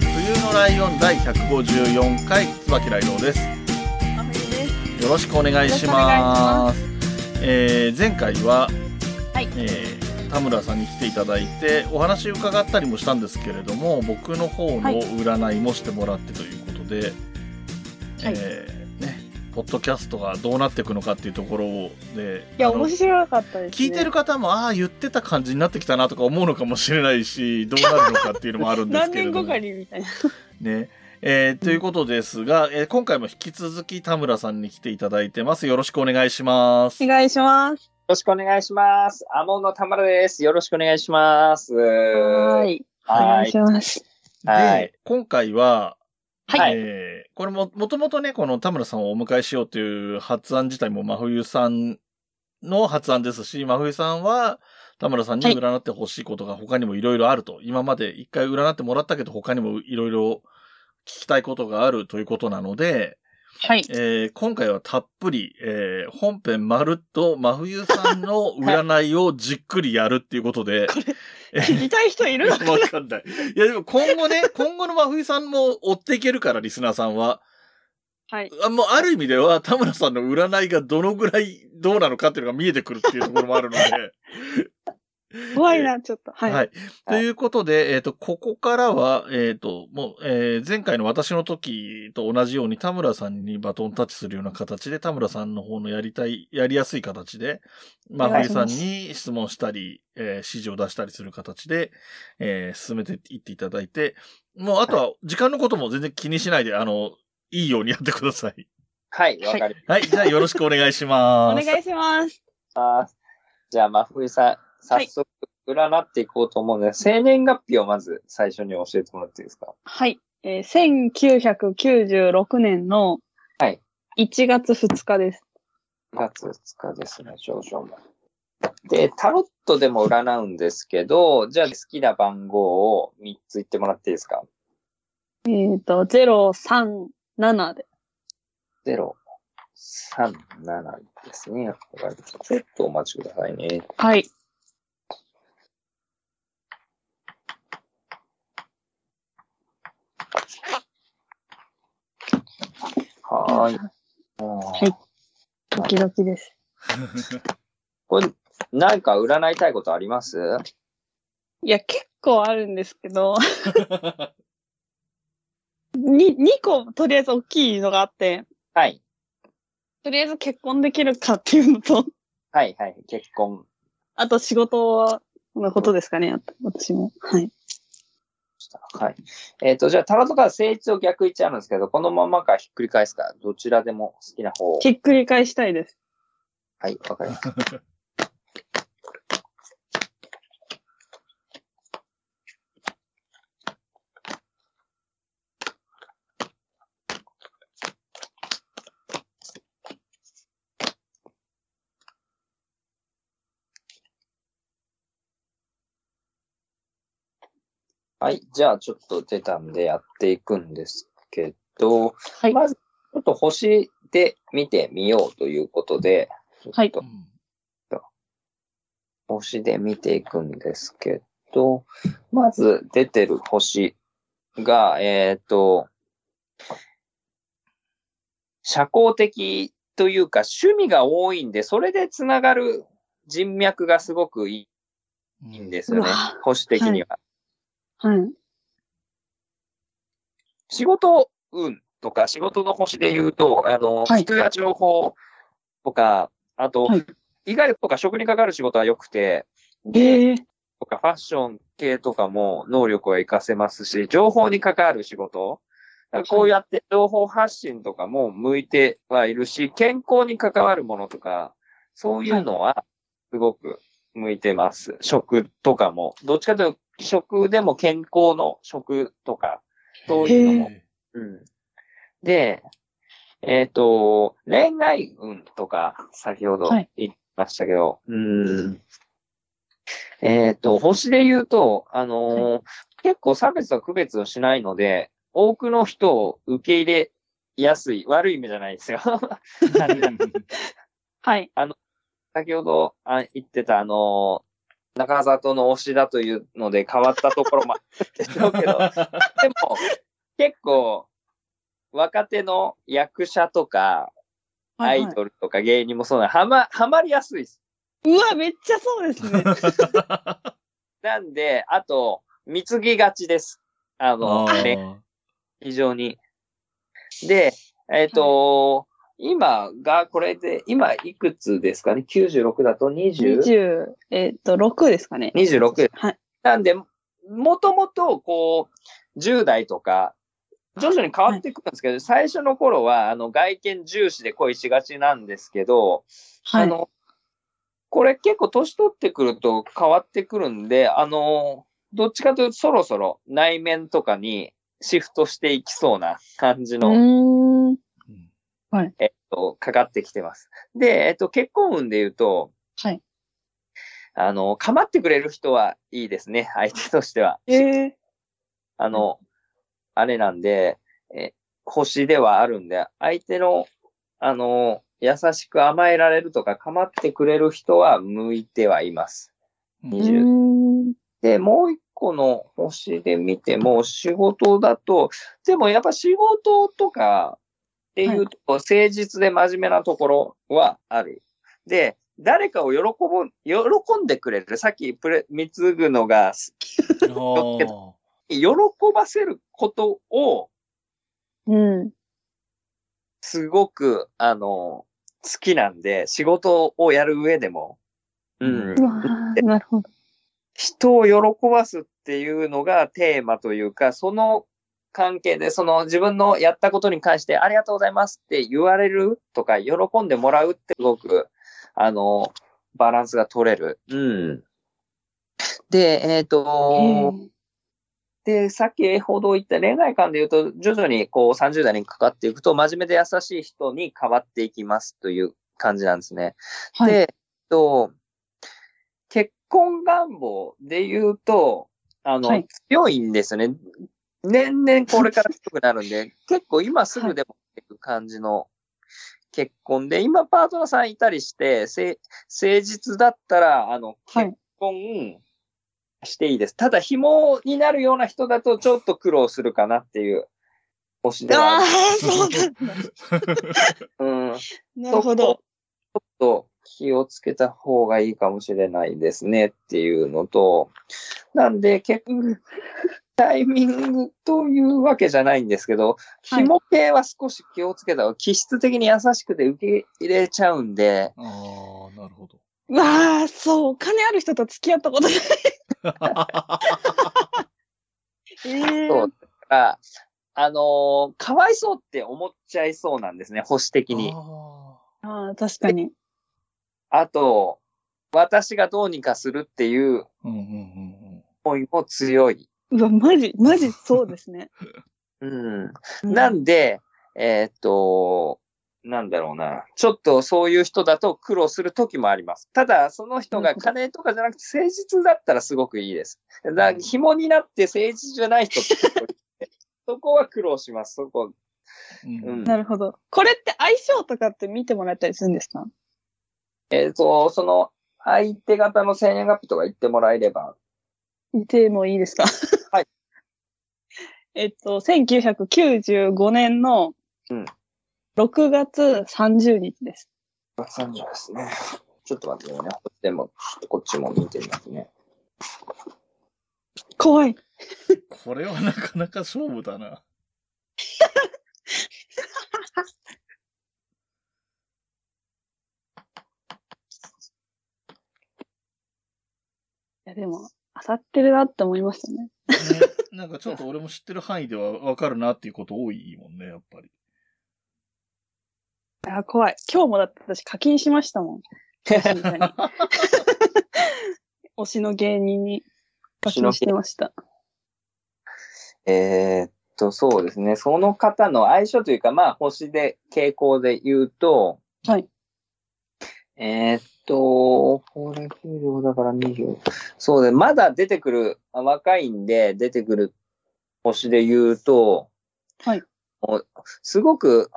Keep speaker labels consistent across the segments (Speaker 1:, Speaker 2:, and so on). Speaker 1: 冬のライオン第154回椿ライドウですよろしくお願いしますえー前回は、
Speaker 2: はい
Speaker 1: えー田村さんに来ていただいてお話伺ったりもしたんですけれども僕の方の
Speaker 2: はい
Speaker 1: 占いもしてもらってということで、
Speaker 2: はい
Speaker 1: えーねポッドキャストがどうなっていくのかっていうところで
Speaker 3: いや、
Speaker 1: あの
Speaker 3: 面白かったです、
Speaker 1: 聞
Speaker 3: ね。
Speaker 1: いてる方もああ言ってた感じになってきたなとか思うのかもしれないしどうなるのかっていうのもあるんで す
Speaker 3: 何
Speaker 1: けれど
Speaker 3: 年
Speaker 1: も
Speaker 3: 後かにみたいな。
Speaker 1: ね。えーということですが、えー今回も引き続き田村さんに来ていただいてます。よろしくお願いします
Speaker 3: お。願いします。
Speaker 4: よろしくお願いします。アモンの田村です。よろしくお願いします。
Speaker 3: は
Speaker 4: は
Speaker 3: ーい。お
Speaker 4: は
Speaker 3: 願
Speaker 4: い
Speaker 3: いします。
Speaker 4: は
Speaker 1: で
Speaker 4: い、
Speaker 1: 今回は、
Speaker 4: はい
Speaker 1: えーこれも、もともとね、この田村さんをお迎えしようという発案自体も真冬さんの発案ですし、真冬さんは田村さんに
Speaker 3: はい
Speaker 1: 占ってほしいことが他にもいろいろあると。今まで一回占ってもらったけど他にもいろいろ聞きたいことがあるということなので、
Speaker 3: はい。
Speaker 1: えー今回はたっぷり、えー本編まるっと真冬さんの占いをじっくりやるっていうことで、 え
Speaker 3: 聞きたい人 いるの
Speaker 1: ーわかんない。いや、でも今 後ね、今後の真冬さんも追っていけるから、リスナーさんは。
Speaker 3: はい。
Speaker 1: あもうある意味では、田村さんの占いがどのぐらいどうなのかっていうのが見えてくるっていうところもあるので。
Speaker 3: 怖いな、ちょっと。は。
Speaker 1: はいい、
Speaker 3: はい。
Speaker 1: ということで、えっ、と、ここからは、えっ、と、もう、えー前回の私の時と同じように田村さんにバトンタッチするような形で、田村さんの方のやりたい、やりやすい形で、ま
Speaker 3: お
Speaker 1: あ、
Speaker 3: 願いし
Speaker 1: 冬さん
Speaker 3: ます
Speaker 1: に質問したり、えー指示を出したりする形で、えー進めていっていただいて、もう、あとは、時間のことも全然気にしないで、あの、いいようにやってください。
Speaker 4: はい、わ、かり
Speaker 1: はい、じゃあよろしくお願い し
Speaker 3: お
Speaker 1: ます。
Speaker 3: 願いします。
Speaker 4: ます。じゃあ、真冬さん、
Speaker 3: は
Speaker 4: 早
Speaker 3: い
Speaker 4: 速占っていこうと思うので、生年月日をまず最初に教えてもらっていいですか
Speaker 3: はい。えー、1996年の
Speaker 4: はい
Speaker 3: 1月2日です。
Speaker 4: 月2日ですね、少々も。で、タロットでも占うんですけど、じゃあ好きな番号を3つ言ってもらっていいですか
Speaker 3: えっ、と、037で。
Speaker 4: 037ですね。わかりましたちょっとお待ちくださいね。
Speaker 3: はい。
Speaker 4: はーい。
Speaker 3: いドキドキです。
Speaker 4: これ、なんか占いたいことあります
Speaker 3: いや、結構あるんですけど、に、2個、とりあえず大きいのがあって、
Speaker 4: はい。
Speaker 3: とりあえず結婚できるかっていうのと、
Speaker 4: はいはい。結婚。
Speaker 3: あと仕事のことですかね、あと私も。はい。
Speaker 4: はい。えっ、と、じゃあ、タロットから性質を逆位置あるんですけど、このままかひっくり返すか、どちらでも好きな方を。
Speaker 3: ひっくり返したいです。
Speaker 4: はい、わかりました。はい、じゃあちょっと出たんでやっていくんですけど、
Speaker 3: はい
Speaker 4: まずちょっと星で見てみようということで、
Speaker 3: はい
Speaker 1: うん
Speaker 4: 星で見ていくんですけど、まず出てる星が、えっ、と、社交的というか趣味が多いんで、それでつながる人脈がすごくいいんですよね
Speaker 3: うわ。
Speaker 4: 星的には。
Speaker 3: はい。
Speaker 4: 仕事運とか仕事の星で言うと、あの、
Speaker 3: はい
Speaker 4: 人や情報とか、あと、
Speaker 3: はい
Speaker 4: 意外とか食にかかる仕事は良くて、
Speaker 3: ええ
Speaker 4: とかファッション系とかも能力を活かせますし、情報に関わる仕事。だからこうやって情報発信とかも向いてはいるし、健康に関わるものとか、そういうのはすごく向いてます。食とかも。どっちかというと、食でも健康の食とか、そういうのも。うん。で、えっ、と、恋愛運とか、先ほど
Speaker 3: はい
Speaker 4: 言いましたけど、うん。えっ、と、星で言うと、あのー結構差別と区別をしないので、多くの人を受け入れやすい、悪い意味じゃないですよ。
Speaker 3: はい。
Speaker 4: 先ほどあ言ってた、あのー中里の推しだというので変わったところもあるでしょうけど、でも、結構、若手の役者とか、ア
Speaker 3: はい
Speaker 4: イドルとか芸人もそうなの、はま、はまりやすいです。
Speaker 3: うわ、めっちゃそうです ね。
Speaker 4: なんで、あと、貢ぎがちです。あの、
Speaker 1: あ
Speaker 4: ね、
Speaker 1: ー
Speaker 4: 非常に。で、えっ、と、今が、これで、今いくつですかね ?96 だと 20?
Speaker 3: 20、えっ、と、6ですかね。
Speaker 4: 26です。
Speaker 3: はい。
Speaker 4: なんで、もともと、こう、10代とか、徐々に変わっていくんですけど、最初の頃は、あの、外見重視で恋しがちなんですけど、
Speaker 3: はい。
Speaker 4: あの、これ結構年取ってくると変わってくるんで、あの、どっちかというとそろそろ内面とかにシフトしていきそうな感じ
Speaker 3: う
Speaker 4: の、
Speaker 3: ーん。
Speaker 1: うん
Speaker 4: えっと、かかってきてます。で、えっと、結婚運で言うと、
Speaker 3: はい。
Speaker 4: あの、構ってくれる人はいいですね、相手としては。
Speaker 3: ええ
Speaker 4: あの、あれなんで、え、星ではあるんで、相手の、あの、優しく甘えられるとか、構ってくれる人は向いてはいます。
Speaker 3: う
Speaker 4: 20
Speaker 3: ーん。
Speaker 4: で、もう一個の星で見ても、仕事だと、でもやっぱ仕事とかっていうと、誠実で真面目なところはある。で、誰かを喜ぶ、喜んでくれる。さっきプレ、貢ぐのが
Speaker 1: あー
Speaker 4: 喜ばせることを、
Speaker 3: うん。
Speaker 4: すごく、あの、好きなんで、仕事をやる上でも、うん
Speaker 3: う。わーなるほど。
Speaker 4: 人を喜ばすっていうのがテーマというか、その関係で、その自分のやったことに関してありがとうございますって言われるとか、喜んでもらうってすごく、あの、バランスが取れる。うん。で、えっ、と、で、先ほど言った恋愛観で言うと、徐々にこう30代にかかっていくと、真面目で優しい人に変わっていきますという感じなんですね。
Speaker 3: はい
Speaker 4: で、えっと、結婚願望で言うと、あの、
Speaker 3: はい
Speaker 4: 強いんですね。年々これから強くなるんで、結構今すぐでもっていう感じの結婚で、今パートナーさんいたりして、せ誠実だったら、あの、
Speaker 3: は
Speaker 4: 結
Speaker 3: い
Speaker 4: 婚していいです。ただ、紐になるような人だとちょっと苦労するかなっていう星では
Speaker 3: あ
Speaker 4: あ
Speaker 3: あ
Speaker 4: る。、
Speaker 3: そう なんだ。
Speaker 4: うん。
Speaker 3: なるほど。
Speaker 4: ちょっと気をつけた方がいいかもしれないですねっていうのと、なんで結局、タイミングというわけじゃないんですけど、
Speaker 3: はい
Speaker 4: 紐系は少し気をつけた方が、気質的に優しくて受け入れちゃうんで、
Speaker 1: あー、なるほど。
Speaker 3: うわあ、そう、お金ある人と付き合ったことない。ええ
Speaker 4: そうああのーかわいそうって思っちゃいそうなんですね、保守的に。
Speaker 1: あ
Speaker 3: ああ、確かに。
Speaker 4: あと、私がどうにかするっていう
Speaker 1: ーうんうんうんうん
Speaker 4: 思いも強い。
Speaker 3: うわ、マジ、マジそうです ね。
Speaker 4: うん。
Speaker 3: う
Speaker 4: なんで、えーっと、なんだろうな。ちょっとそういう人だと苦労する時もあります。ただ、その人が金とかじゃなくて誠実だったらすごくいいです。だから紐になって誠実じゃない人って結構いて、 そこは苦労します。そこ。
Speaker 1: うん
Speaker 4: うん
Speaker 3: なるほど。これって相性とかって見てもらったりするんですか
Speaker 4: えーっと、その、相手方の生年月日とか言ってもらえれば、
Speaker 3: いてもいいですか
Speaker 4: はい。
Speaker 3: えっと、1995年の
Speaker 4: うん
Speaker 3: 6月30日です。
Speaker 4: 30ですね。ちょっと待ってね。こっちでも、こっちも見てみますね。
Speaker 3: 怖い。
Speaker 1: これはなかなか勝負だ な。
Speaker 3: いや、でも、あさってるなって思いましたね。
Speaker 1: ねなんかちょっと俺も知ってる範囲ではわかるなっていうこと多いもんね、やっぱり。
Speaker 3: あ、怖い。今日もだって私課金しましたもん。推しの芸人に課金してました。
Speaker 4: えーっと、そうですね。その方の相性というか、まあ、星で、傾向で言うと、
Speaker 3: はい。
Speaker 4: えーっと、これ給料だから20。そうで、まだ出てくる、あ若いんで出てくる星で言うと、
Speaker 3: はい
Speaker 4: お。すごく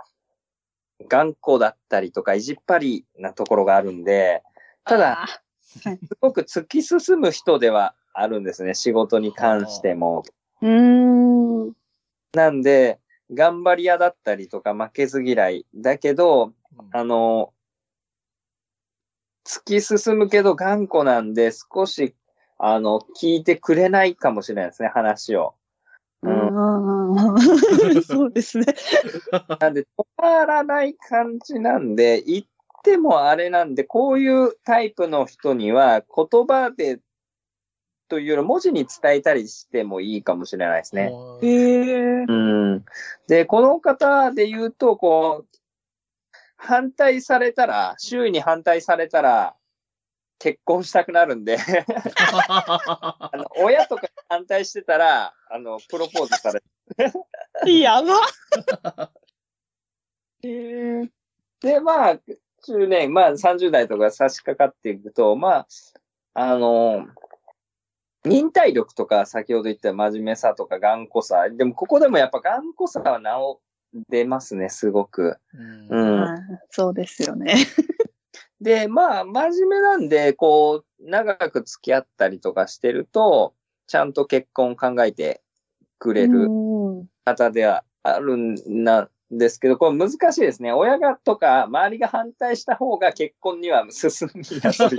Speaker 4: 頑固だったりとか、意地っ張りなところがあるんで、ただ、
Speaker 3: あ
Speaker 4: すごく突き進む人ではあるんですね。仕事に関しても。
Speaker 3: ー、うーん。
Speaker 4: なんで、頑張り屋だったりとか負けず嫌い。だけど、あの、突き進むけど頑固なんで、少し、あの、聞いてくれないかもしれないですね、話を。うん
Speaker 3: あ ーそうですね。
Speaker 4: なんで、止まらない感じなんで、言ってもあれなんで、こういうタイプの人には、言葉で、というより文字に伝えたりしてもいいかもしれないですね。
Speaker 3: えー、
Speaker 4: うん。で、この方で言うと、こう、反対されたら、周囲に反対されたら、結婚したくなるんで、 あの、親とかに反対してたら、あの、プロポーズされる。
Speaker 3: やば えー、
Speaker 4: で、まあ、10年、まあ30代とか差し掛かっていくと、まあ、あの、忍耐力とか、先ほど言った真面目さとか頑固さ、でもここでもやっぱ頑固さはなお、出ますね、すごく。う
Speaker 1: うん
Speaker 4: ん。
Speaker 3: あーそうですよね。
Speaker 4: で、まあ、真面目なんで、こう、長く付き合ったりとかしてると、ちゃんと結婚考えてくれる
Speaker 3: うん
Speaker 4: 方ではあるんなんですけど、これ難しいですね。親がとか、周りが反対した方が結婚には進みやすい。
Speaker 3: で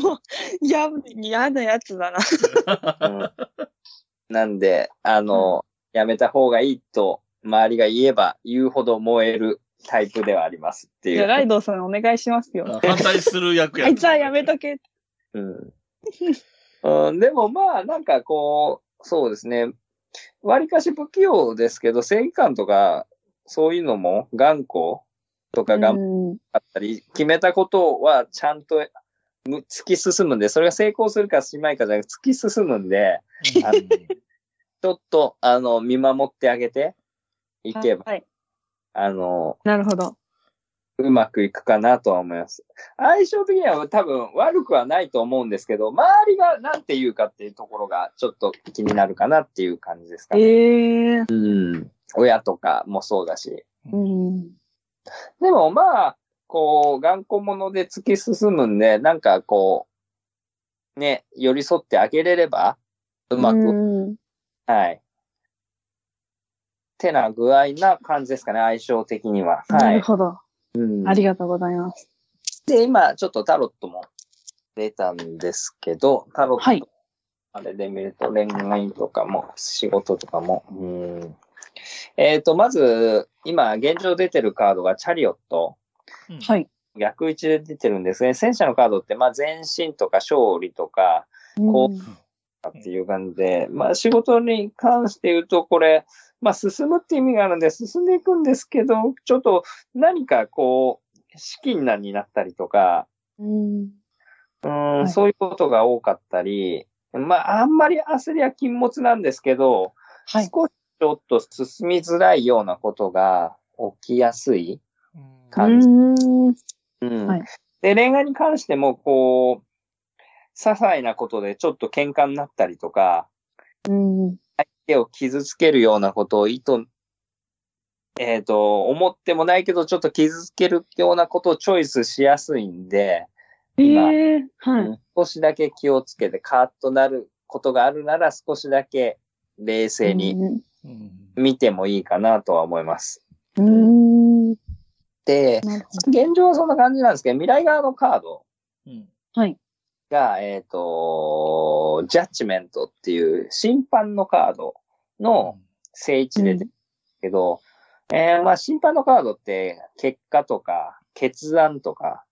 Speaker 3: も、や、嫌なやつだな。
Speaker 4: うんなん で、あの、やめた方がいいと、周りが言えば言うほど燃えるタイプではありますって
Speaker 3: い
Speaker 4: い
Speaker 3: や、ライ
Speaker 4: う。
Speaker 3: ドウさんお願いしますよ。
Speaker 1: 反対する役や。
Speaker 3: あいつはやめとけ。
Speaker 4: うんうん、でもまあ、なんかこう、そうですね。割かし不器用ですけど、正義感とか、そういうのも頑固とか頑張
Speaker 3: うん
Speaker 4: ったり、決めたことはちゃんとむ突き進むんで、それが成功するかしないかじゃなく突き進むんで、ちょっと、あの、見守ってあげていけば、
Speaker 3: はい。
Speaker 4: あの、
Speaker 3: なるほど。
Speaker 4: うまくいくかなとは思います。相性的には多分悪くはないと思うんですけど、周りがなんて言うかっていうところがちょっと気になるかなっていう感じですか
Speaker 3: え
Speaker 4: ね。
Speaker 3: えー。
Speaker 4: うん。親とかもそうだし。
Speaker 3: うん。
Speaker 4: でもまあ、こう、頑固者で突き進むんで、なんかこう、ね、寄り添ってあげれれば、うまく、
Speaker 3: うん
Speaker 4: はい。てな具合な感じですかね、相性的には。
Speaker 3: な
Speaker 4: は
Speaker 3: る
Speaker 4: い。
Speaker 3: ほど。
Speaker 4: うん
Speaker 3: ありがとうございます。
Speaker 4: で、今、ちょっとタロットも出たんですけど、タロット、
Speaker 3: はい
Speaker 4: あれで見ると恋愛とかも、仕事とかも、うん。えっ、と、まず、今、現状出てるカードがチャリオット、
Speaker 3: はい。
Speaker 4: 逆位置で出てるんですね。戦車のカードって、まあ、前進とか勝利とか、こ
Speaker 3: うん
Speaker 4: っていう感じで、まあ、仕事に関して言うと、これ、まあ、進むって意味があるんで、進んでいくんですけど、ちょっと何かこう、資金難になったりとか、
Speaker 3: うん
Speaker 4: う
Speaker 3: は
Speaker 4: ん、
Speaker 3: い
Speaker 4: そういうことが多かったり、まあ、あんまり焦りは禁物なんですけど、
Speaker 3: はい。
Speaker 4: 少しちょっと進みづらいようなことが起きやすい。感じ
Speaker 3: うん
Speaker 4: うん
Speaker 3: はい
Speaker 4: で、恋愛に関しても、こう、些細なことでちょっと喧嘩になったりとか、
Speaker 3: うん
Speaker 4: 手を傷つけるようなことを意図、えっ、と、思ってもないけど、ちょっと傷つけるようなことをチョイスしやすいんで、
Speaker 3: え
Speaker 4: 今
Speaker 3: えー。はい。
Speaker 4: 少しだけ気をつけて、カーッとなることがあるなら、少しだけ冷静に
Speaker 3: うん
Speaker 4: 見てもいいかなとは思います。
Speaker 3: うん。
Speaker 4: で、
Speaker 3: なるほど。
Speaker 4: 現状はそんな感じなんですけど、未来側のカード
Speaker 3: はい。
Speaker 4: が、えっ、と、ジャッジメントっていう審判のカードの正位置で出てるけど、えーまあ審判のカードって結果とか決断とか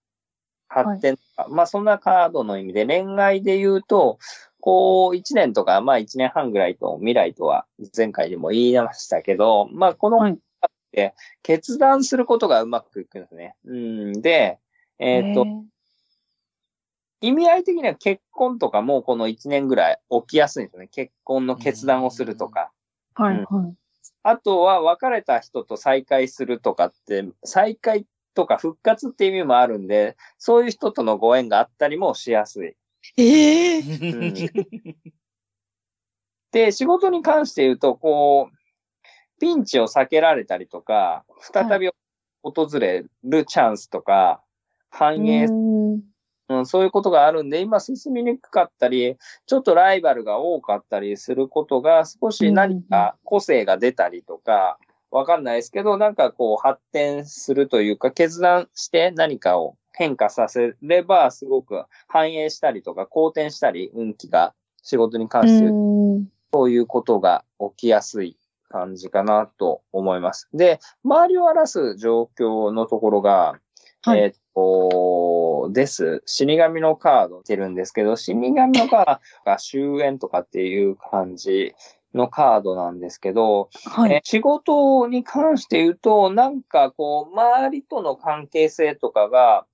Speaker 4: 発展とか、まあそんなカードの意味で恋愛で言うと、こう1年とかまあ1年半ぐらいと未来とは前回でも言いましたけど、まあこのカ
Speaker 3: は
Speaker 4: ー
Speaker 3: い
Speaker 4: ドって決断することがうまくいくんですね。うん、で、えっ、
Speaker 3: え
Speaker 4: と、
Speaker 3: ー
Speaker 4: 意味合い的には結婚とかもこの1年ぐらい起きやすいんですよね。結婚の決断をするとか。
Speaker 3: はい、
Speaker 4: うん
Speaker 3: はい。
Speaker 4: あとは別れた人と再会するとかって、再会とか復活っていう意味もあるんで、そういう人とのご縁があったりもしやすい。
Speaker 5: ええ
Speaker 4: うんで、仕事に関して言うと、こう、ピンチを避けられたりとか、再び訪れるチャンスとか、反映、
Speaker 3: うーん
Speaker 4: うん、そういうことがあるんで、今進みにくかったり、ちょっとライバルが多かったりすることが、少し何か個性が出たりとか、わかんないですけど、なんかこう発展するというか、決断して何かを変化させれば、すごく反映したりとか、好転したり、運気が仕事に関して言うと
Speaker 3: うーん
Speaker 4: そういうことが起きやすい感じかなと思います。で、周りを荒らす状況のところが、
Speaker 5: はい
Speaker 4: えーっと、です。死神のカード出るんですけど、死神のカードが終焉とかっていう感じのカードなんですけど、
Speaker 3: は
Speaker 4: えー
Speaker 3: い。
Speaker 4: 仕事に関して言うと、なんかこう、周りとの関係性とかが、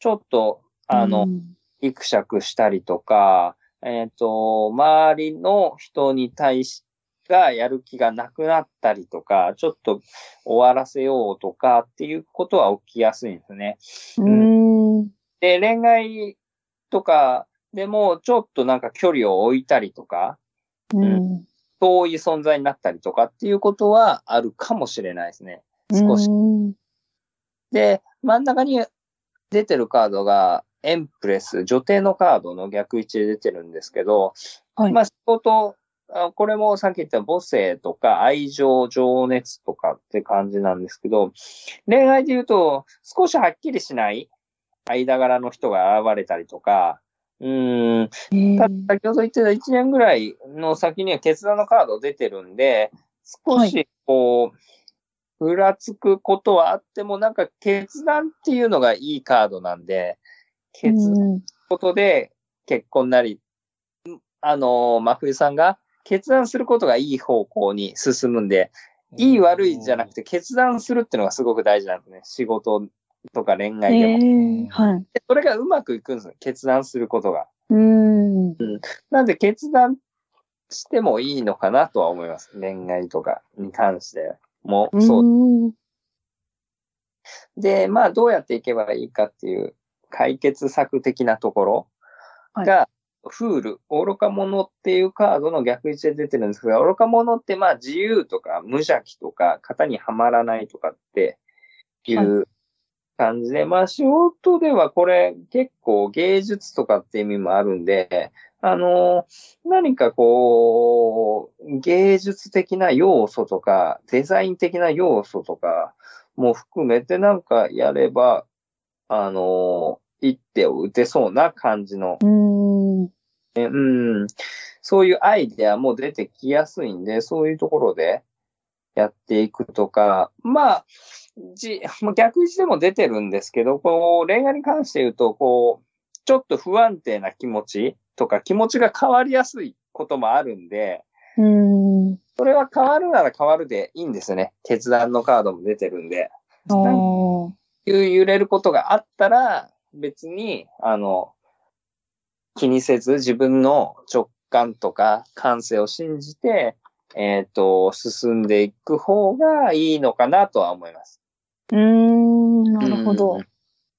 Speaker 4: ちょっと、あの、
Speaker 3: うん、
Speaker 4: ぎくしゃくしたりとか、えっ、と、周りの人に対し、がやる気がなくなったりとか、ちょっと終わらせようとかっていうことは起きやすいんですね。
Speaker 3: うーん。
Speaker 4: で、恋愛とかでもちょっとなんか距離を置いたりとか、
Speaker 3: うん。
Speaker 4: 遠い存在になったりとかっていうことはあるかもしれないですね。少し
Speaker 3: うーん。
Speaker 4: で、真ん中に出てるカードが、エンプレス、女帝のカードの逆位置で出てるんですけど、
Speaker 3: はい
Speaker 4: まあ仕事、あこれもさっき言った母性とか愛情、情熱とかって感じなんですけど、恋愛で言うと少しはっきりしない間柄の人が現れたりとか、うーん、
Speaker 3: えー
Speaker 4: た先ほど言ってた1年ぐらいの先には決断のカード出てるんで、少しこう、ふらつくことはあっても、なんか決断っていうのがいいカードなんで、決断
Speaker 3: うん
Speaker 4: ことで結婚なり、んあのー、真冬さんが決断することがいい方向に進むんで、いい悪いじゃなく
Speaker 1: て。
Speaker 4: て決断するってのがすごく大事なんですね。仕事とか恋愛でも。
Speaker 3: えーはい。
Speaker 4: でそれがうまくいくんですよ。決断することが。
Speaker 3: うーん。
Speaker 4: なんで決断してもいいのかなとは思います。恋愛とかに関してもそう。
Speaker 3: う
Speaker 4: で、まあどうやっていけばいいかっていう解決策的なところ
Speaker 3: はい
Speaker 4: が、フール、愚か者っていうカードの逆位置で出てるんですけど、愚か者ってまあ自由とか無邪気とか型にはまらないとかっていう感じで、まあ仕事ではこれ結構芸術とかって意味もあるんで、あの何かこう、芸術的な要素とか、デザイン的な要素とかも含めてなんかやれば、あの一手を打てそうな感じの
Speaker 3: ーん。う
Speaker 4: ねうん。そういうアイデアも出てきやすいんで、そういうところでやっていくとか、まあ、じまあ逆位置でも出てるんですけど、こう、恋愛に関して言うと、こう、ちょっと不安定な気持ちとか、気持ちが変わりやすいこともあるんで、
Speaker 3: ーん。
Speaker 4: それは変わるなら変わるでいいんですよね。決断のカードも出てるんで。
Speaker 3: おー
Speaker 4: いう揺れることがあったら、別に、あの、気にせず自分の直感とか感性を信じて、えっ、と、進んでいく方がいいのかなとは思います。
Speaker 3: うーん。なるほ
Speaker 4: う
Speaker 3: ど
Speaker 4: ん。。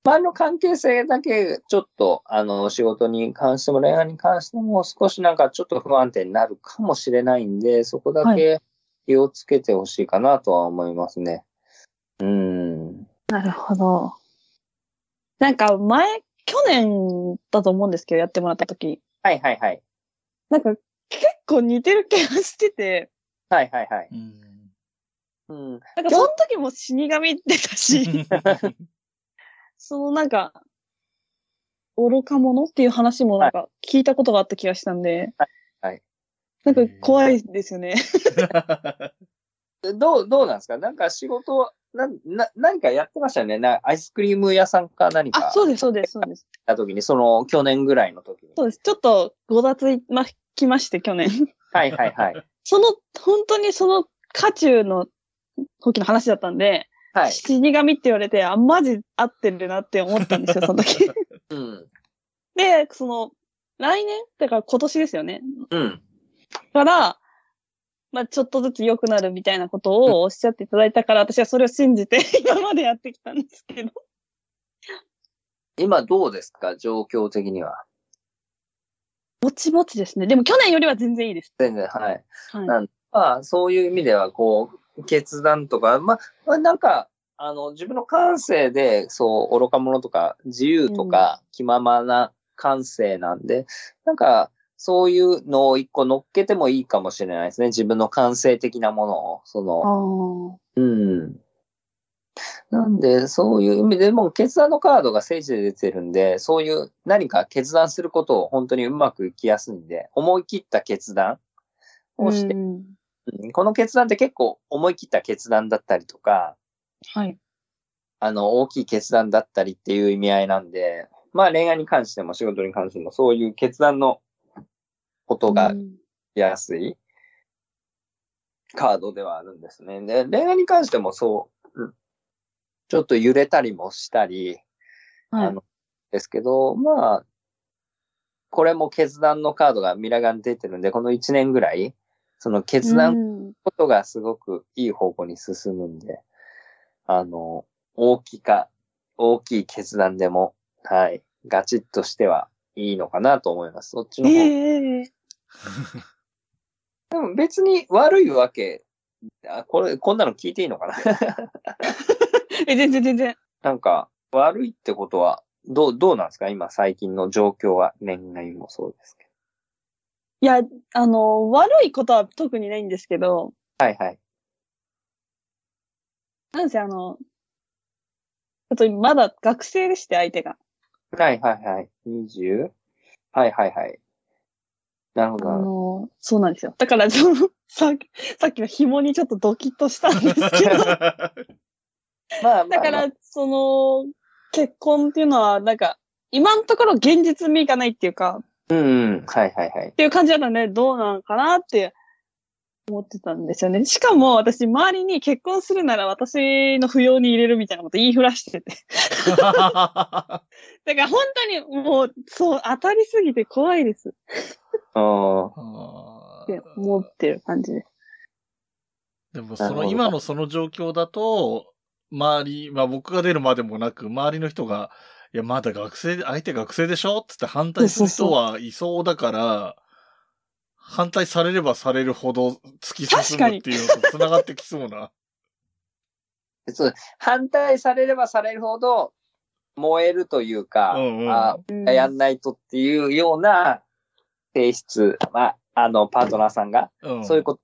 Speaker 4: 周りの関係性だけ、ちょっと、あの、仕事に関しても、恋愛に関しても、少しなんかちょっと不安定になるかもしれないんで、そこだけ気をつけてほしいかなとは思いますね。うん。
Speaker 3: なるほど。なんか前、去年だと思うんですけど、やってもらった時。
Speaker 4: はいはいはい。
Speaker 3: なんか結構似てる気がしてて、
Speaker 4: はいはいはい。
Speaker 1: うん
Speaker 4: うん。
Speaker 3: なんかその時も死神出たし、そのなんか、愚か者っていう話もなんか聞いたことがあった気がしたんで、
Speaker 4: はい。
Speaker 3: なんか怖いですよね。
Speaker 4: どう、どうなんですかなんか仕事は、な、な、何かやってましたよねな、アイスクリーム屋さんか何か。
Speaker 3: あ、そうです、そうです、そうです。
Speaker 4: た時に、その、去年ぐらいの時に。
Speaker 3: そうです。ちょっとござついま、きまして、去 年。
Speaker 4: はいはいはい。
Speaker 3: その、本当にその、渦中の時の話だったんで、
Speaker 4: は い。
Speaker 3: 死神って言われて、あ、マジ合ってるなって思ったんですよ、その時。
Speaker 4: うん。
Speaker 3: で、その、来年だから今年ですよね。
Speaker 4: うん。
Speaker 3: から、まあ、ちょっとずつ良くなるみたいなことをおっしゃっていただいたから、私はそれを信じて 今までやってきたんですけど。
Speaker 4: 今どうですか状況的には。
Speaker 3: ぼちぼちですね。でも去年よりは全然いいです。
Speaker 4: 全然、はい。
Speaker 3: はい。
Speaker 4: なんまあ、そういう意味では、こう、決断とか、まあ、まあ、なんか、あの、自分の感性で、そう、愚か者とか、自由とか、気ままな感性なんで、なんか、そういうのを一個乗っけてもいいかもしれないですね。自分の感性的なものを、その、
Speaker 3: あー
Speaker 4: うん。なんで、そういう意味でも、決断のカードが政治で出てるんで、そういう何か決断することを本当にうまくいきやすいんで、思い切った決断をして、
Speaker 3: うん
Speaker 4: うんこの決断って結構思い切った決断だったりとか、
Speaker 3: はい。
Speaker 4: あの、大きい決断だったりっていう意味合いなんで、まあ恋愛に関しても仕事に関してもそういう決断のことが
Speaker 3: うん
Speaker 4: 安いカードではあるんですね。で、恋愛に関してもそう、うんちょっと揺れたりもしたり、
Speaker 3: は
Speaker 4: あ
Speaker 3: い
Speaker 4: の。ですけど、まあ、これも決断のカードがミラガン出てるんで、この1年ぐらい、その決断
Speaker 3: うん
Speaker 4: ことがすごくいい方向に進むんで、あの、大きか、大きい決断でも、はい、ガチッとしてはいいのかなと思います。そっちの方。
Speaker 3: ええ
Speaker 4: でも別に悪いわけ、あ、これ、こんなの聞いていいのかな
Speaker 3: え、全然全然。
Speaker 4: なんか、悪いってことは、どう、どうなんですか今最近の状況は、恋愛もそうですけ
Speaker 3: いや、あの、悪いことは特にないんですけど、
Speaker 4: ど。はいはい。
Speaker 3: なんせあの、ちょっとまだ学生でして、相手が。
Speaker 4: はいはいはい。20? はいはいはい。なるほ
Speaker 3: あ
Speaker 4: どなるほど。
Speaker 3: の、そうなんですよ。だから、その、ささっきの紐にちょっとドキッとしたんですけ ど、
Speaker 4: まあまあ、
Speaker 3: だから、その、結婚っていうのは、なんか、今のところ現実味がないっていうか、っ
Speaker 4: うんうん。はいはいはい。
Speaker 3: ていう感じだったんで、どうなのかなって思ってたんですよね。しかも、私、周りに結婚するなら私の扶養に入れるみたいなこと言いふらしてて。だから、本当にもう、そう、当たりすぎて怖いです
Speaker 4: うん。
Speaker 3: って思ってる感じです。
Speaker 1: でも、そ
Speaker 4: なるほ
Speaker 1: の、
Speaker 4: ど
Speaker 1: 今のその状況だと、周り、まあ僕が出るまでもなく、周りの人が、いや、まだ学生で、相手学生でしょつって反対する人はいそうだから、反対されればされるほど突き進むっていうのと繋がってきそうな。
Speaker 4: そう反対されればされるほど燃えるというか、
Speaker 1: うんうん
Speaker 4: あ
Speaker 3: うん
Speaker 4: やんないとっていうような性質、まあ、あの、パートナーさんが、
Speaker 1: うん。
Speaker 4: そういうこと、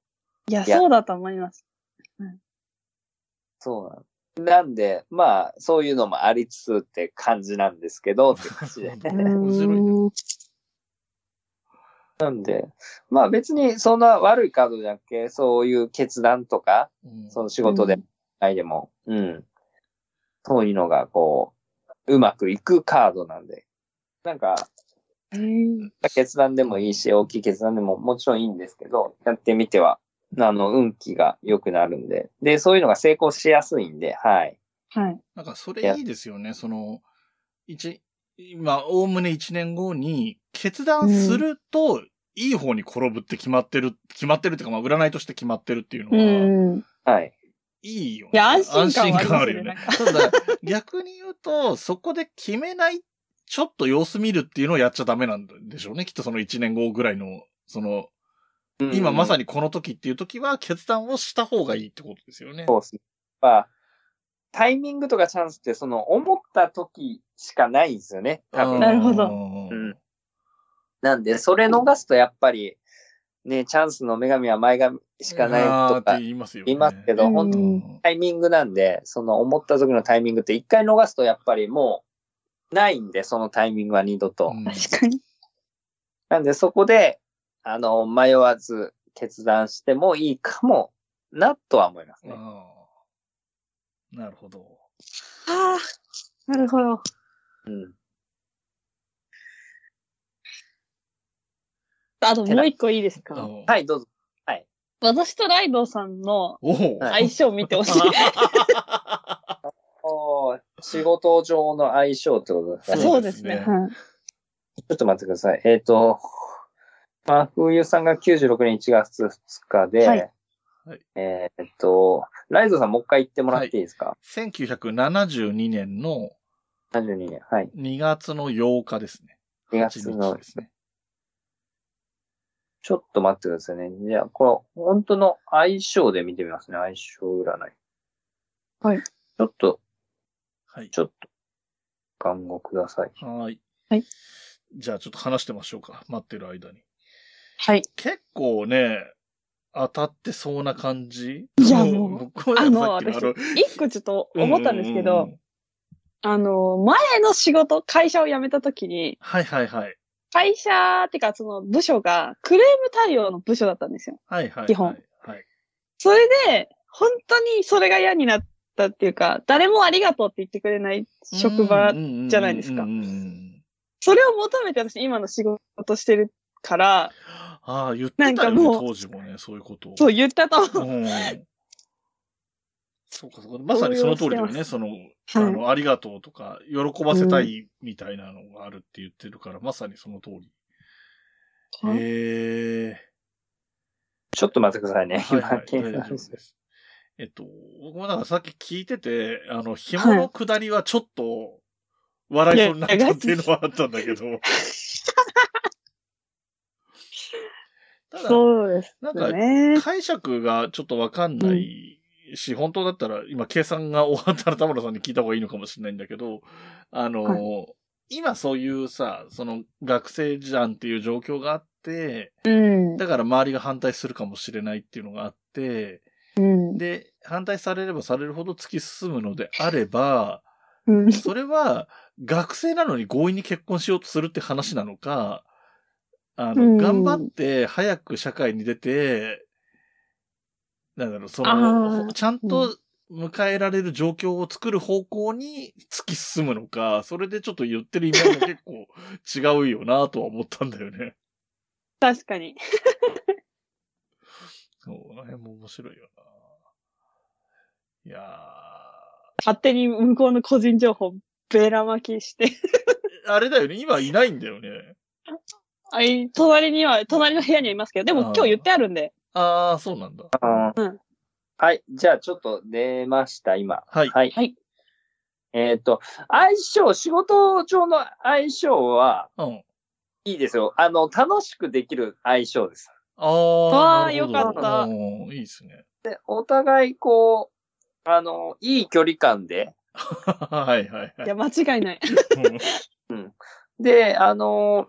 Speaker 3: いや、
Speaker 4: いや
Speaker 3: そうだと思います。
Speaker 4: そうなんなんで、まあ、そういうのもありつつって感じなんですけど、って感 じで。
Speaker 1: 面白いね。
Speaker 4: なんで、まあ別にそんな悪いカードじゃなくて、そういう決断とか、
Speaker 1: うん
Speaker 4: その仕事で
Speaker 3: うん、
Speaker 4: 愛でも、うん。そういうのが、こう、うまくいくカードなんで。なんか、
Speaker 3: うん
Speaker 4: 決断でもいいし、大きい決断でももちろんいいんですけど、やってみては、あの、運気が良くなるんで。で、そういうのが成功しやすいんで、はい。
Speaker 3: はい。
Speaker 1: なんかそれいいですよね。その、一、今、おおむね一年後に、決断すると、いい方に転ぶって決まってる、決まってるっていうか、まあ、占いとして決まってるっていうの
Speaker 3: う
Speaker 1: は、
Speaker 3: ん。
Speaker 4: はい。
Speaker 1: いいよね。
Speaker 3: いや安心感は
Speaker 1: 安あるよね。ただ、逆に言うと、そこで決めない、ちょっと様子見るっていうのをやっちゃダメなんでしょうね。きっとその1年後ぐらいの、その、今まさ
Speaker 4: に。
Speaker 1: にこの時っていう時は決断をした方がいいってことですよね。
Speaker 4: そうですね。まあ、タイミングとかチャンスって、その、思った時しかないんですよね。
Speaker 1: う
Speaker 4: 多
Speaker 1: ん
Speaker 4: 分。
Speaker 3: なるほど
Speaker 4: うんなんで、それ逃すと、やっぱり、ね、チャンスの女神は前髪しかない
Speaker 1: あー
Speaker 4: とか
Speaker 1: って言いますよ、ね。
Speaker 4: 言いますけ
Speaker 3: う
Speaker 4: ど、
Speaker 3: ん
Speaker 4: 本当
Speaker 3: うん
Speaker 4: タイミングなんで、その思った時のタイミングって一回逃すとやっぱりもうないんで、そのタイミングは二度と。
Speaker 1: うん
Speaker 3: 確かに。
Speaker 4: なんでそこで、あの、迷わず決断してもいいかもなとは思いますね。
Speaker 1: あーなるほど。
Speaker 3: はあ、なるほど。
Speaker 4: うん。
Speaker 3: あともう一個いいですか
Speaker 1: は。
Speaker 4: はいい、どうぞ。
Speaker 3: 私とライドさんの
Speaker 1: おお。
Speaker 4: は
Speaker 3: 相性を見てほしい。
Speaker 4: おー仕事上の相性ってことですか ね。
Speaker 3: そうですね。
Speaker 1: そう
Speaker 3: はい
Speaker 4: ちょっと待ってください。えっ、と、まあ、風優さんが96年1月2日で、
Speaker 3: はい
Speaker 1: はい
Speaker 4: えっ、と、ライゾさんもう一回言ってもらっていいですか、
Speaker 1: 1972年の
Speaker 4: ?72 年。はい。
Speaker 1: 2月の8日ですね。
Speaker 4: 2月
Speaker 1: 8
Speaker 4: の
Speaker 1: 日ですね。
Speaker 4: ちょっと待ってくださいね。じゃあ、これ、本当の相性で見てみますね。相性占い。
Speaker 3: はい
Speaker 4: ちょっと、
Speaker 1: はい。
Speaker 4: ちょっと、看護ください。
Speaker 1: はーい。
Speaker 3: はい。
Speaker 1: じゃあちょっと話してましょうか。待ってる間に。
Speaker 3: はい。
Speaker 1: 結構ね、当たってそうな感じ
Speaker 3: いやもう
Speaker 1: 僕は
Speaker 3: あの、
Speaker 1: さっき
Speaker 3: 私、
Speaker 1: の
Speaker 3: 一個ちょっと思ったんですけど、
Speaker 1: うううん
Speaker 3: あの、前の仕事、会社を辞めた時に、
Speaker 1: はいはいはい。
Speaker 3: 会社っていうか、その部署がクレーム対応の部署だったんですよ。
Speaker 1: はいはいはい。
Speaker 3: 基本
Speaker 1: はい。
Speaker 3: それで、本当にそれが嫌になったっていうか、誰もありがとうって言ってくれない職場、じゃないですか
Speaker 1: うんうんうんうん
Speaker 3: それを求めて私今の仕事してるから、
Speaker 1: ああ、言ってたよね、
Speaker 3: なんかもう
Speaker 1: 当時もね、そういうこと を。
Speaker 3: そう言ったと思う。
Speaker 1: うん。そうか、そうか。まさにその通りだよね。その、あの、ありがとうとか、喜ばせたいみたいなのがあるって言ってるから、まさにその通り。
Speaker 3: はい
Speaker 1: へえ。
Speaker 4: ちょっと待ってくださいね。
Speaker 1: はいはい、
Speaker 4: 今、
Speaker 1: 大丈夫です。えっと、僕もなんかさっき聞いてて、あの、紐の下りはちょっと、笑いそうになったっていうのはあった んだけど。ただ、
Speaker 3: そうです
Speaker 1: なんか、
Speaker 3: ね。
Speaker 1: 解釈がちょっとわかんないし、本当だったら、今、計算が終わったら田村さんに聞いた方がいいのかもしれないんだけど、あの、
Speaker 3: は
Speaker 1: 今そういうさ、その学生時代っていう状況があって、
Speaker 3: うん。
Speaker 1: だから周りが反対するかもしれないっていうのがあって、
Speaker 3: うん。
Speaker 1: で、反対されればされるほど突き進むのであれば、
Speaker 3: うん
Speaker 1: それは学生なのに強引に結婚しようとするって話なのか、あの、
Speaker 3: うん
Speaker 1: 頑張って早く社会に出て、なんだろう、そ
Speaker 3: あ
Speaker 1: の、
Speaker 3: ー
Speaker 1: ちゃんと迎えられる状況を作る方向に突き進むのか、それでちょっと言ってる意味も結構違うよなとは思ったんだよね。
Speaker 3: 確かに。
Speaker 1: そう、この辺も面白いよな。いや
Speaker 3: 勝手に向こうの個人情報、べらまきして。
Speaker 1: ー、あれだよね、今いないんだよね。
Speaker 3: あい隣には、隣の部屋にはいますけど、で
Speaker 1: あ
Speaker 3: も
Speaker 1: ー
Speaker 3: 今日言ってあるんで。
Speaker 1: ああ、そうなんだ。
Speaker 4: あー
Speaker 3: うん
Speaker 4: はい。じゃあ、ちょっと出ました、今。
Speaker 1: はい。
Speaker 4: はい。
Speaker 3: はい
Speaker 4: えっ、と、相性、仕事上の相性は、
Speaker 1: うん。
Speaker 4: いいですよ。あの、楽しくできる相性です。
Speaker 1: あー
Speaker 3: わー
Speaker 1: なるほど
Speaker 4: よか
Speaker 3: った
Speaker 1: うんいいですね。
Speaker 4: で、お互い、こう、あの、いい距離感で、
Speaker 1: はいはいはい
Speaker 3: いや、間違いない。
Speaker 1: うん。
Speaker 4: で、あの、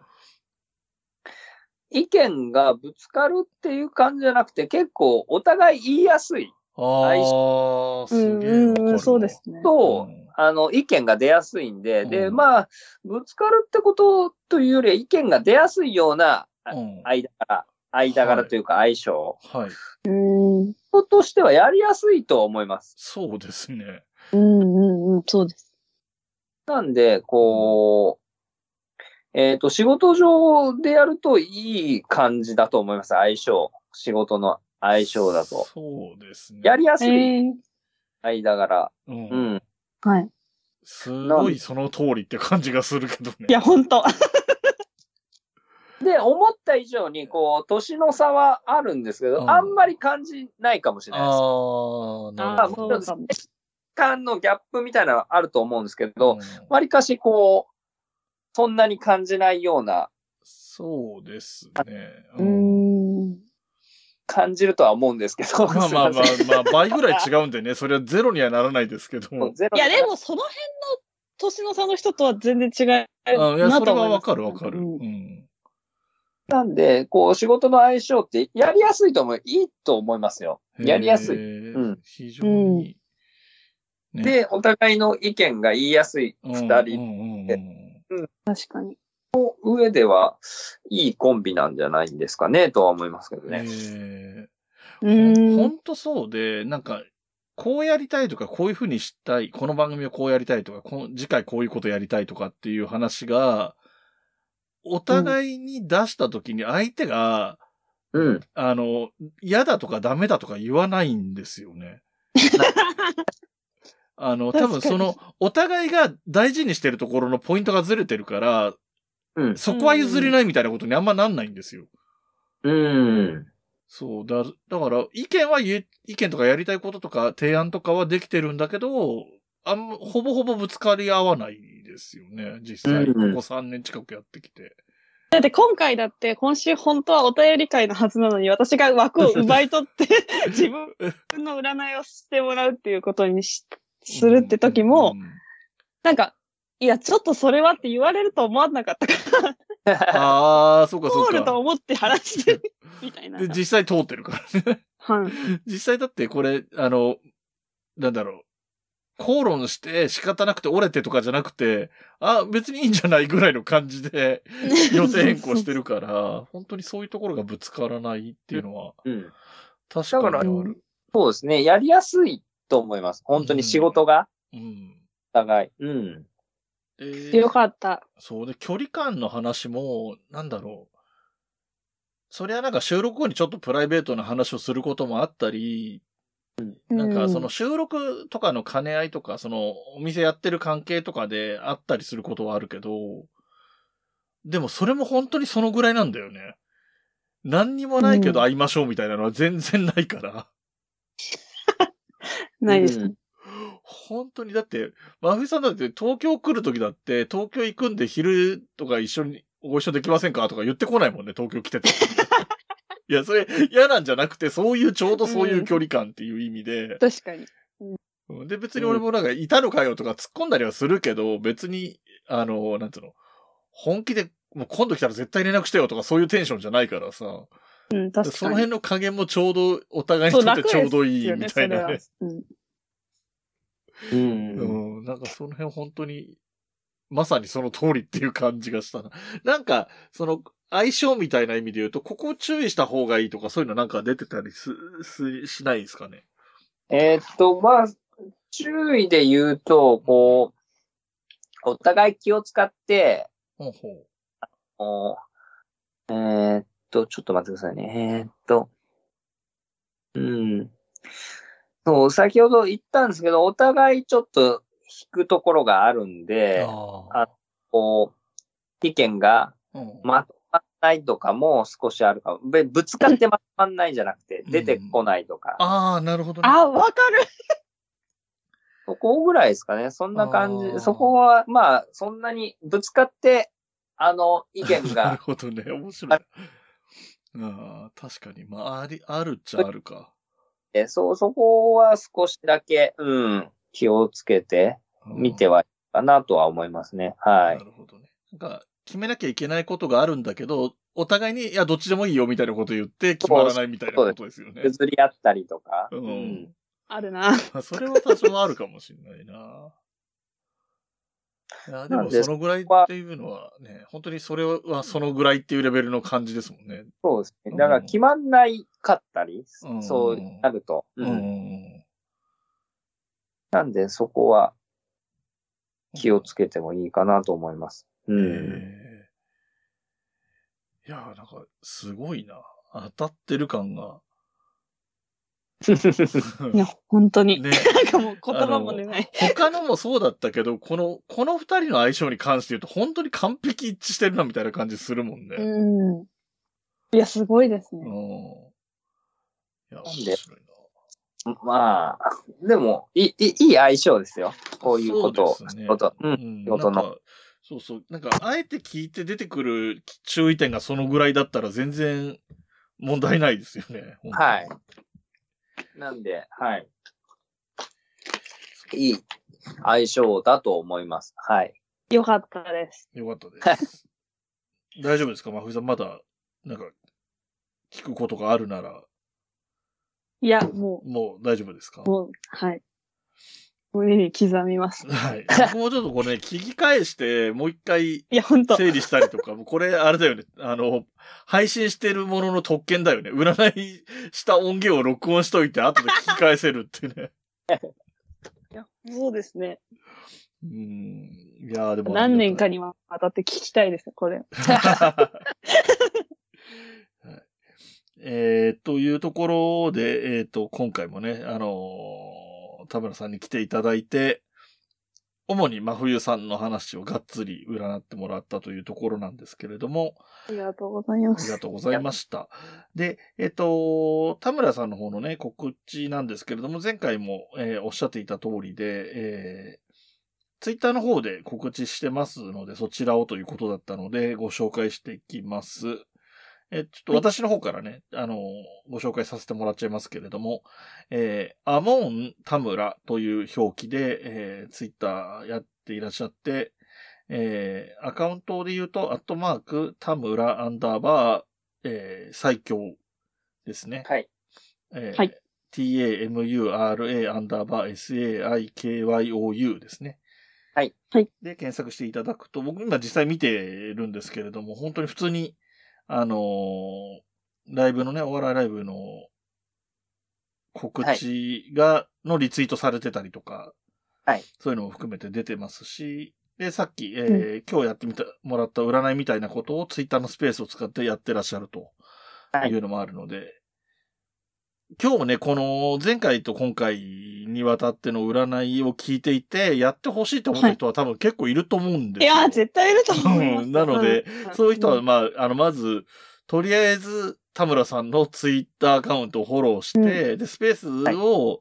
Speaker 4: 意見がぶつかるっていう感じじゃなくて、結構お互い言いやすい
Speaker 1: ああ、
Speaker 3: う
Speaker 1: す
Speaker 3: ん
Speaker 1: げえ
Speaker 3: う
Speaker 1: わか
Speaker 3: ん
Speaker 1: る
Speaker 3: う
Speaker 1: わ。
Speaker 3: ん、そうですね。
Speaker 4: と、
Speaker 1: うん
Speaker 4: あの、意見が出やすいんで、で、
Speaker 1: うん
Speaker 4: まあ、ぶつかるってことというよりは意見が出やすいような
Speaker 1: うん。はい。
Speaker 4: 間柄、間柄というか相性
Speaker 3: うん。うん
Speaker 4: としてはやりやすいと思います。
Speaker 1: そうですね。
Speaker 3: うんうん、そうです。
Speaker 4: なんで、こう、えっ、と、仕事上でやるといい感じだと思います、相性。仕事の相性だと。
Speaker 1: そうですね。
Speaker 4: やりやすい
Speaker 3: ええ
Speaker 4: 間柄。
Speaker 1: う。
Speaker 4: うんん。
Speaker 3: はい。
Speaker 1: すごいその通りって感じがするけどね。
Speaker 3: いや、ほんと。
Speaker 4: で、思った以上に、こう、年の差はあるんですけ
Speaker 1: うん
Speaker 4: ど、あんまり感じないかもしれないです。
Speaker 1: ああ、な
Speaker 3: あ
Speaker 1: る
Speaker 3: ーそ
Speaker 1: ほど。
Speaker 3: うかも。
Speaker 4: 間のギャップみたいなのあると思うんですけど、
Speaker 1: うん
Speaker 4: わりかしこう、そんなに感じないような、
Speaker 1: そうですね。
Speaker 3: う
Speaker 1: うん
Speaker 3: ん。
Speaker 4: 感じるとは思うんですけど。
Speaker 1: まあまあまあ
Speaker 4: すい
Speaker 1: まあ、倍ぐらい違うんでね、それはゼロにはならないですけど
Speaker 4: ません
Speaker 1: も。
Speaker 4: ゼロ
Speaker 3: いや、でもその辺の年の差の人とは全然違う
Speaker 1: あいや、
Speaker 3: な
Speaker 1: それ
Speaker 3: と
Speaker 1: は
Speaker 3: 思います。
Speaker 1: わかるわかる。う
Speaker 3: うん
Speaker 1: ん。
Speaker 4: なんで、こう、仕事の相性って、やりやすいと思う、いいと思いますよ。やりやす
Speaker 1: へ
Speaker 4: い。
Speaker 1: ー
Speaker 4: うん
Speaker 1: 非常に。ね
Speaker 4: で、お互いの意見が言いやすい
Speaker 1: うん
Speaker 4: 二
Speaker 1: う
Speaker 4: 人
Speaker 1: んうんうん
Speaker 3: 確かに。
Speaker 4: の上では、いいコンビなんじゃないんですかね、とは思いますけどね。
Speaker 1: え
Speaker 3: う
Speaker 1: えほ
Speaker 3: ん。
Speaker 1: んとそうで、なんか、こうやりたいとか、こういうふうにしたい、この番組をこうやりたいとか、この次回こういうことやりたいとかっていう話が、お互いに出した時に相手が、
Speaker 4: うん。
Speaker 1: あの、嫌だとかダメだとか言わないんです よね。あの、多分
Speaker 3: 確か
Speaker 1: そ
Speaker 3: に
Speaker 1: の、お互いが大事にしてるところのポイントがずれてるから、
Speaker 4: うん
Speaker 1: そこは譲れないみたいなことにあんまなんないんですよ。
Speaker 4: うん。
Speaker 1: そう、だ、だから、意見は言え、意見とかやりたいこととか提案とかはできてるんだけど、あんま、ほぼほぼぶつかり合わないですよね、実際。こ
Speaker 4: う
Speaker 1: こ
Speaker 4: んうん
Speaker 1: 3年近くやってきて。
Speaker 3: だって今回だって、今週本当はお便り会のはずなのに、私が枠を奪い取 って、自分の占いをしてもらうっていうことにしするって時も
Speaker 1: う、ん、
Speaker 3: なんか、いや、ちょっとそれはって言われると思わな かったから、
Speaker 1: ああ、そうかそう
Speaker 3: 通ると
Speaker 1: か。
Speaker 3: 思って話してる、みたいな。
Speaker 1: で、実際通ってるからね。
Speaker 3: はい。
Speaker 1: 実際だってこれ、あの、なんだろう。口論して仕方なくて折れてとかじゃなくて、あ、別にいいんじゃないぐらいの感じで予定変更してるから、本当にそういうところがぶつからないっていうのは
Speaker 4: うん。
Speaker 1: 確かにあ
Speaker 4: だから
Speaker 1: る。
Speaker 4: そうですね。やりやすいと思います。本当に仕事が、
Speaker 1: うん。
Speaker 4: お互い。うん。
Speaker 1: で
Speaker 3: よかった。
Speaker 1: そうで、距離感の話も、なんだろう。そりゃなんか収録後にちょっとプライベートな話をすることもあったり、なんかその収録とかの兼ね合いとか、そのお店やってる関係とかであったりすることはあるけど、でもそれも本当にそのぐらいなんだよね。何にもないけど会いましょうみたいなのは全然ないから。
Speaker 3: うん、ないですね。
Speaker 1: 本当に、だって、真冬さんだって東京来る時だって、東京行くんで昼とか一緒にご一緒できませんかとか言ってこないもんね、東京来て て。いや、それ嫌なんじゃなくて、そういう、ちょうどそういう距離感っていう意味で。
Speaker 3: 確かに。
Speaker 1: で、別に俺もなんか、いたのかよとか突っ込んだりはするけど、別に、あの、なんつうの、本気で、もう今度来たら絶対連絡してよとかそういうテンションじゃないからさ。
Speaker 3: うん、確かに。
Speaker 1: その辺の加減もちょうど、お互いにとってちょうどいいみたいなね。
Speaker 3: そう楽ですよね。
Speaker 1: う
Speaker 4: う。
Speaker 1: んん、なんかその辺本当に、まさにその通りっていう感じがしたな。なんか、その、相性みたいな意味で言うと、ここを注意した方がいいとか、そういうのなんか出てたりす、す、しないですかね。
Speaker 4: えーっと、まあ、注意で言うと、こう、お互い気を使って、
Speaker 1: ほうほ
Speaker 4: おえーっと、ちょっと待ってくださいね。えーっと、うん。そう、先ほど言ったんですけど、お互いちょっと引くところがあるん
Speaker 1: う。
Speaker 4: で、
Speaker 1: ああ。
Speaker 4: こう、意見が
Speaker 1: うん
Speaker 4: まとまらないとかも少しあるかも。べぶつかってまとまらないじゃなくて
Speaker 1: う、ん
Speaker 4: 出てこないとか、
Speaker 1: ああ、なるほどね。
Speaker 3: あ、わかる
Speaker 4: そこぐらいですかね。そんな感
Speaker 1: あー
Speaker 4: じ。そこは、まあ、そんなにぶつかって、あの、意
Speaker 1: な
Speaker 4: 見
Speaker 1: る
Speaker 4: が、
Speaker 1: ほどね。面白い。ああ、確かに。まあ、あり、あるっちゃあるか。
Speaker 4: えそう、そこは少しだけ、うん、気をつけて、見て
Speaker 1: は
Speaker 4: はいいかなとは思いますね。は。
Speaker 1: ないるほどね。なんか、決めなきゃいけないことがあるんだけど、お互いに、いや、どっちでもいいよみたいなこと言って、決まらないみたいなことですよね。
Speaker 4: 譲り合ったりとか。
Speaker 1: う
Speaker 4: うん
Speaker 1: ん。
Speaker 3: あるな。
Speaker 1: まあそれは多少あるかもしれないな。いや、で
Speaker 4: なん
Speaker 1: も
Speaker 4: で
Speaker 1: そのぐらいっていうのはね、本当にそれはそのぐらいっていうレベルの感じですもんね。
Speaker 4: そうですね。だから決まんないかったり、
Speaker 1: うん
Speaker 4: そうなると。
Speaker 1: う
Speaker 4: うん
Speaker 1: ん。
Speaker 4: なんで、そこは気をつけてもいいかなと思います。う
Speaker 1: え
Speaker 4: ん。
Speaker 1: えいや、なんか、すごいな。当たってる感が。
Speaker 3: い や、本当に。
Speaker 1: ね、
Speaker 3: なんかもう言葉も出ない。
Speaker 1: 他のもそうだったけど、この、この二人の相性に関して言うと、本当に完璧一致してるな、みたいな感じするもんね。
Speaker 3: うん。いや、すごいです
Speaker 1: うん。
Speaker 3: ね。
Speaker 1: いや、面
Speaker 4: なんで
Speaker 1: 白いな。
Speaker 4: まあ、でも、いい、いい相性ですよ。こういうことを
Speaker 1: そうですね
Speaker 4: ことうん
Speaker 1: ん
Speaker 4: 仕事の
Speaker 1: なんかそうそう。なんか、あえて聞いて出てくる注意点がそのぐらいだったら全然問題ないですよね。
Speaker 4: はい。なんで、はい。いい相性だと思います。はい。
Speaker 3: よかったです。
Speaker 1: い。よかったです。大丈夫ですかまふいさん、まだ、なんか、聞くことがあるなら、
Speaker 3: いや、も
Speaker 1: もう大丈夫ですか
Speaker 3: う、もう、はい。胸に刻みます。
Speaker 1: はい。僕もちょっ とこれ、ね、聞き返して、もう一回
Speaker 3: いや、本当
Speaker 1: 整理したりとか、もうこれ、あれだよね。あの、配信してるものの特権だよね。占いした音源を録音しといて、後で聞き返せるっ てね。
Speaker 3: そうですね。
Speaker 1: うん。いやーでも。
Speaker 3: 何年かにわたって聞きたいです、これ。
Speaker 1: はいえー、というところで、えー、と、今回もね、あのー田村さんに来ていただいて、主に真冬さんの話をがっつり占ってもらったというところなんですけれども、
Speaker 3: ありがとうございま
Speaker 1: あり
Speaker 3: す。
Speaker 1: がとうございました。で、えっと、田村さんの方のね、告知なんですけれども、前回も、えーおっしゃっていた通りで、えツイッター Twitter の方で告知してますので、そちらをということだったので、ご紹介していきます。え、ちょっと私の方からね、あの、ご紹介させてもらっちゃいますけれども、えーアモン田村という表記で、えツイッター Twitter やっていらっしゃって、えーアカウントで言うと、アットマーク、田村アンダーバー、えー最強ですね。
Speaker 4: はい。
Speaker 1: えー
Speaker 3: はい
Speaker 1: tamura アンダーバー saikyou ですね。
Speaker 4: はい。
Speaker 3: はい。
Speaker 1: で、検索していただくと、僕今実際見てるんですけれども、本当に普通に、あのーライブのね、お笑いライブの告知が、のリツイートされてたりとか、
Speaker 4: はい。
Speaker 1: そういうのも含めて出てますし、で、さっき、えー今日やってみた、もらった占いみたいなことをツイッターのスペースを使ってやってらっしゃると
Speaker 4: はい
Speaker 1: いうのもあるので、今日ね、この前回と今回にわたっての占いを聞いていて、やってほしいと思った人は多分結構いると思うんです
Speaker 3: い
Speaker 1: よ。
Speaker 3: やー、絶対いると思いま
Speaker 1: う
Speaker 3: す。
Speaker 1: んなので、
Speaker 4: うん
Speaker 1: そういう人は、まあ、あの、まず、とりあえず、田村さんのツイッターアカウントをフォローして、で、スペースを、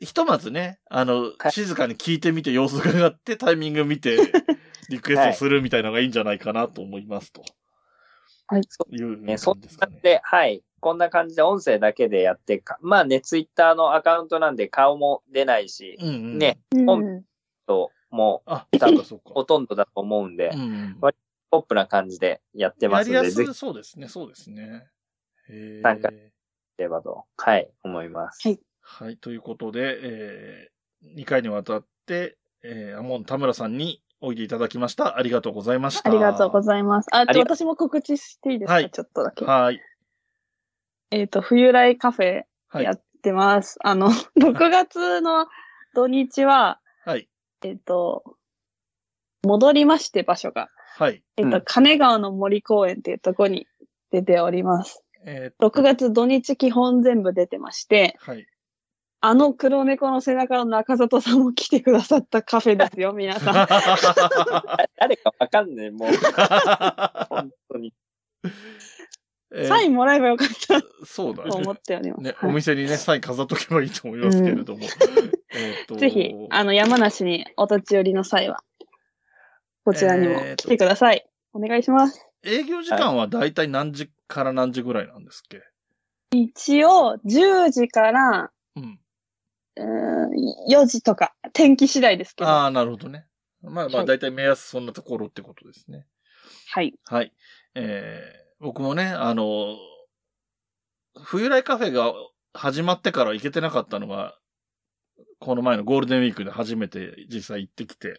Speaker 1: ひとまずね、あの、
Speaker 4: はい
Speaker 1: 静かに聞いてみて、様子が上がって、タイミング見て、 リクエストするみたいなのがいいんじゃないかなと思います、と
Speaker 3: はい。
Speaker 1: いう
Speaker 4: ね、そ
Speaker 1: 感
Speaker 4: ん
Speaker 1: じで
Speaker 4: な
Speaker 1: すか
Speaker 4: 感
Speaker 1: ね
Speaker 4: じ。で、はい。こんな感じで音声だけでやってか、まあね、ツイッターのアカウントなんで顔も出ないし、
Speaker 1: うんうん。
Speaker 4: ね。
Speaker 3: うん
Speaker 4: と、も
Speaker 1: あ、
Speaker 4: う、多
Speaker 1: そう
Speaker 4: 分
Speaker 1: か、そう
Speaker 4: ほ
Speaker 1: か。
Speaker 4: とんどだと思うんで
Speaker 1: う、ん。
Speaker 4: ポップな感じでやって
Speaker 1: や
Speaker 4: ます
Speaker 1: り
Speaker 4: の
Speaker 1: や
Speaker 4: で、
Speaker 1: す
Speaker 4: ぜひ
Speaker 1: い、そうですね、そうですね。へー
Speaker 4: なんかればと、はい、思います。
Speaker 3: はい
Speaker 1: はい、ということで、え2回にわたって、えーアモン田村さんにおいでいただきました。ありがとうございました。
Speaker 3: ありがとうご
Speaker 1: ざい
Speaker 3: ざいます。あ、
Speaker 4: あ
Speaker 3: ち
Speaker 4: り
Speaker 3: ょ
Speaker 4: が
Speaker 3: 私も告知していいですか、
Speaker 1: はい
Speaker 3: ちょっとだけ。
Speaker 1: はい。
Speaker 3: えっ、と、冬来カフェ
Speaker 1: は
Speaker 3: や
Speaker 1: い。
Speaker 3: ってます。あの、6月の土日は、
Speaker 1: はい。
Speaker 3: えっ、と、戻りまして場所が、
Speaker 1: はい。
Speaker 3: えっ、と、
Speaker 4: うん
Speaker 3: 金川の森公園っていうとこに出ております。
Speaker 1: え
Speaker 3: 6月土日基本全部出てまして、
Speaker 1: ーはい。
Speaker 3: あの黒猫の背中の中里さんも来てくださったカフェです よ、皆さん。
Speaker 4: あ誰かわかんない、もう、本当に。
Speaker 1: えー
Speaker 3: サインもらえばよかった
Speaker 1: そうだ
Speaker 3: と思
Speaker 1: ね。
Speaker 3: っております。
Speaker 1: ね、
Speaker 3: は
Speaker 1: お
Speaker 3: い
Speaker 1: 店にね、サイン飾っとけばいいと思いますけれども。えっと
Speaker 3: ぜひ、あの、山梨にお立ち寄りの際は、こちらにも
Speaker 1: えーと
Speaker 3: 来てください。お願いします。
Speaker 1: 営業時間はだいたい何時から何時ぐらいなんですっけ
Speaker 3: 一応、10時から、
Speaker 1: うん。
Speaker 3: うーん、4時とか、天気次第ですけど。は
Speaker 1: ああ、なるほどね。まあま
Speaker 3: は
Speaker 1: あ、
Speaker 3: い
Speaker 1: だいたい目安そんなところってことですね。
Speaker 3: い。
Speaker 1: はい。えー僕もね、あの、冬来カフェが始まってから行けてなかったのが、この前のゴールデンウィークで初めて実際行って きて、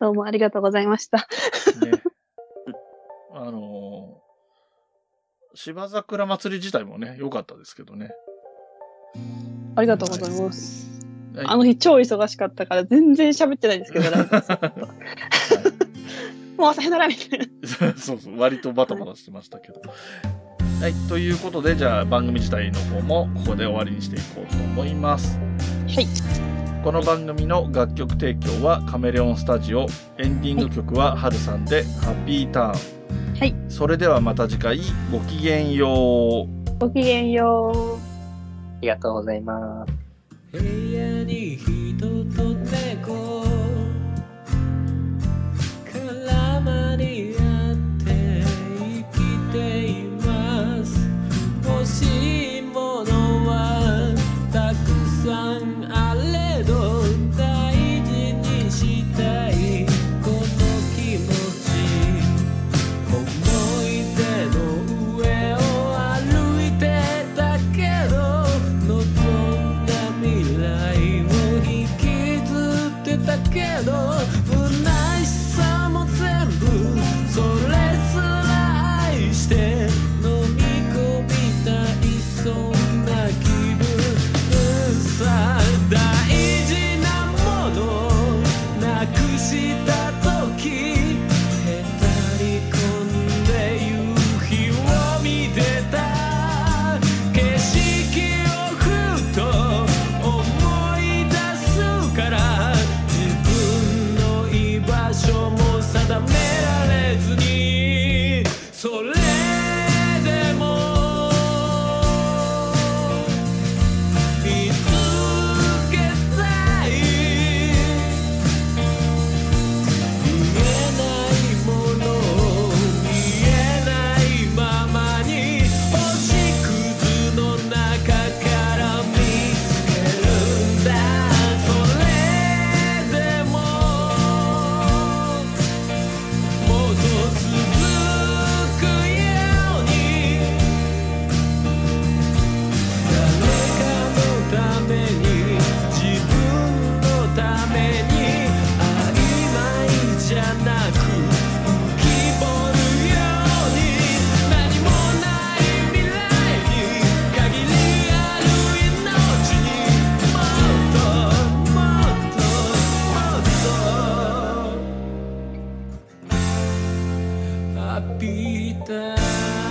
Speaker 3: どうもありがとうございました。
Speaker 1: ね。あの、芝桜祭り自体もね、良かったですけどね。
Speaker 3: ありがとうございます。
Speaker 1: はい
Speaker 3: あの日超忙しかったから全然喋ってないんですけど、 ライブですもう朝日ならみたいな。
Speaker 1: そうそう、割とバタバタしてましたけど。はい、ということで、じゃあ番組自体の方もここで終わりにしていこうと思います。
Speaker 3: はい。
Speaker 1: この番組の楽曲提供はカメレオンスタジオエンディング曲はハルさんで「ハッピーターン」
Speaker 3: はい
Speaker 1: それではまた次回ごきげんよう
Speaker 3: ごきげんよう。
Speaker 4: ありがとうございます。
Speaker 5: 部屋に人と猫絡まり合って生きています欲しいものはたくさんあれど大事にしたいこの気持ち思い出の上を歩いてたけど望んだ未来を引きず habitar.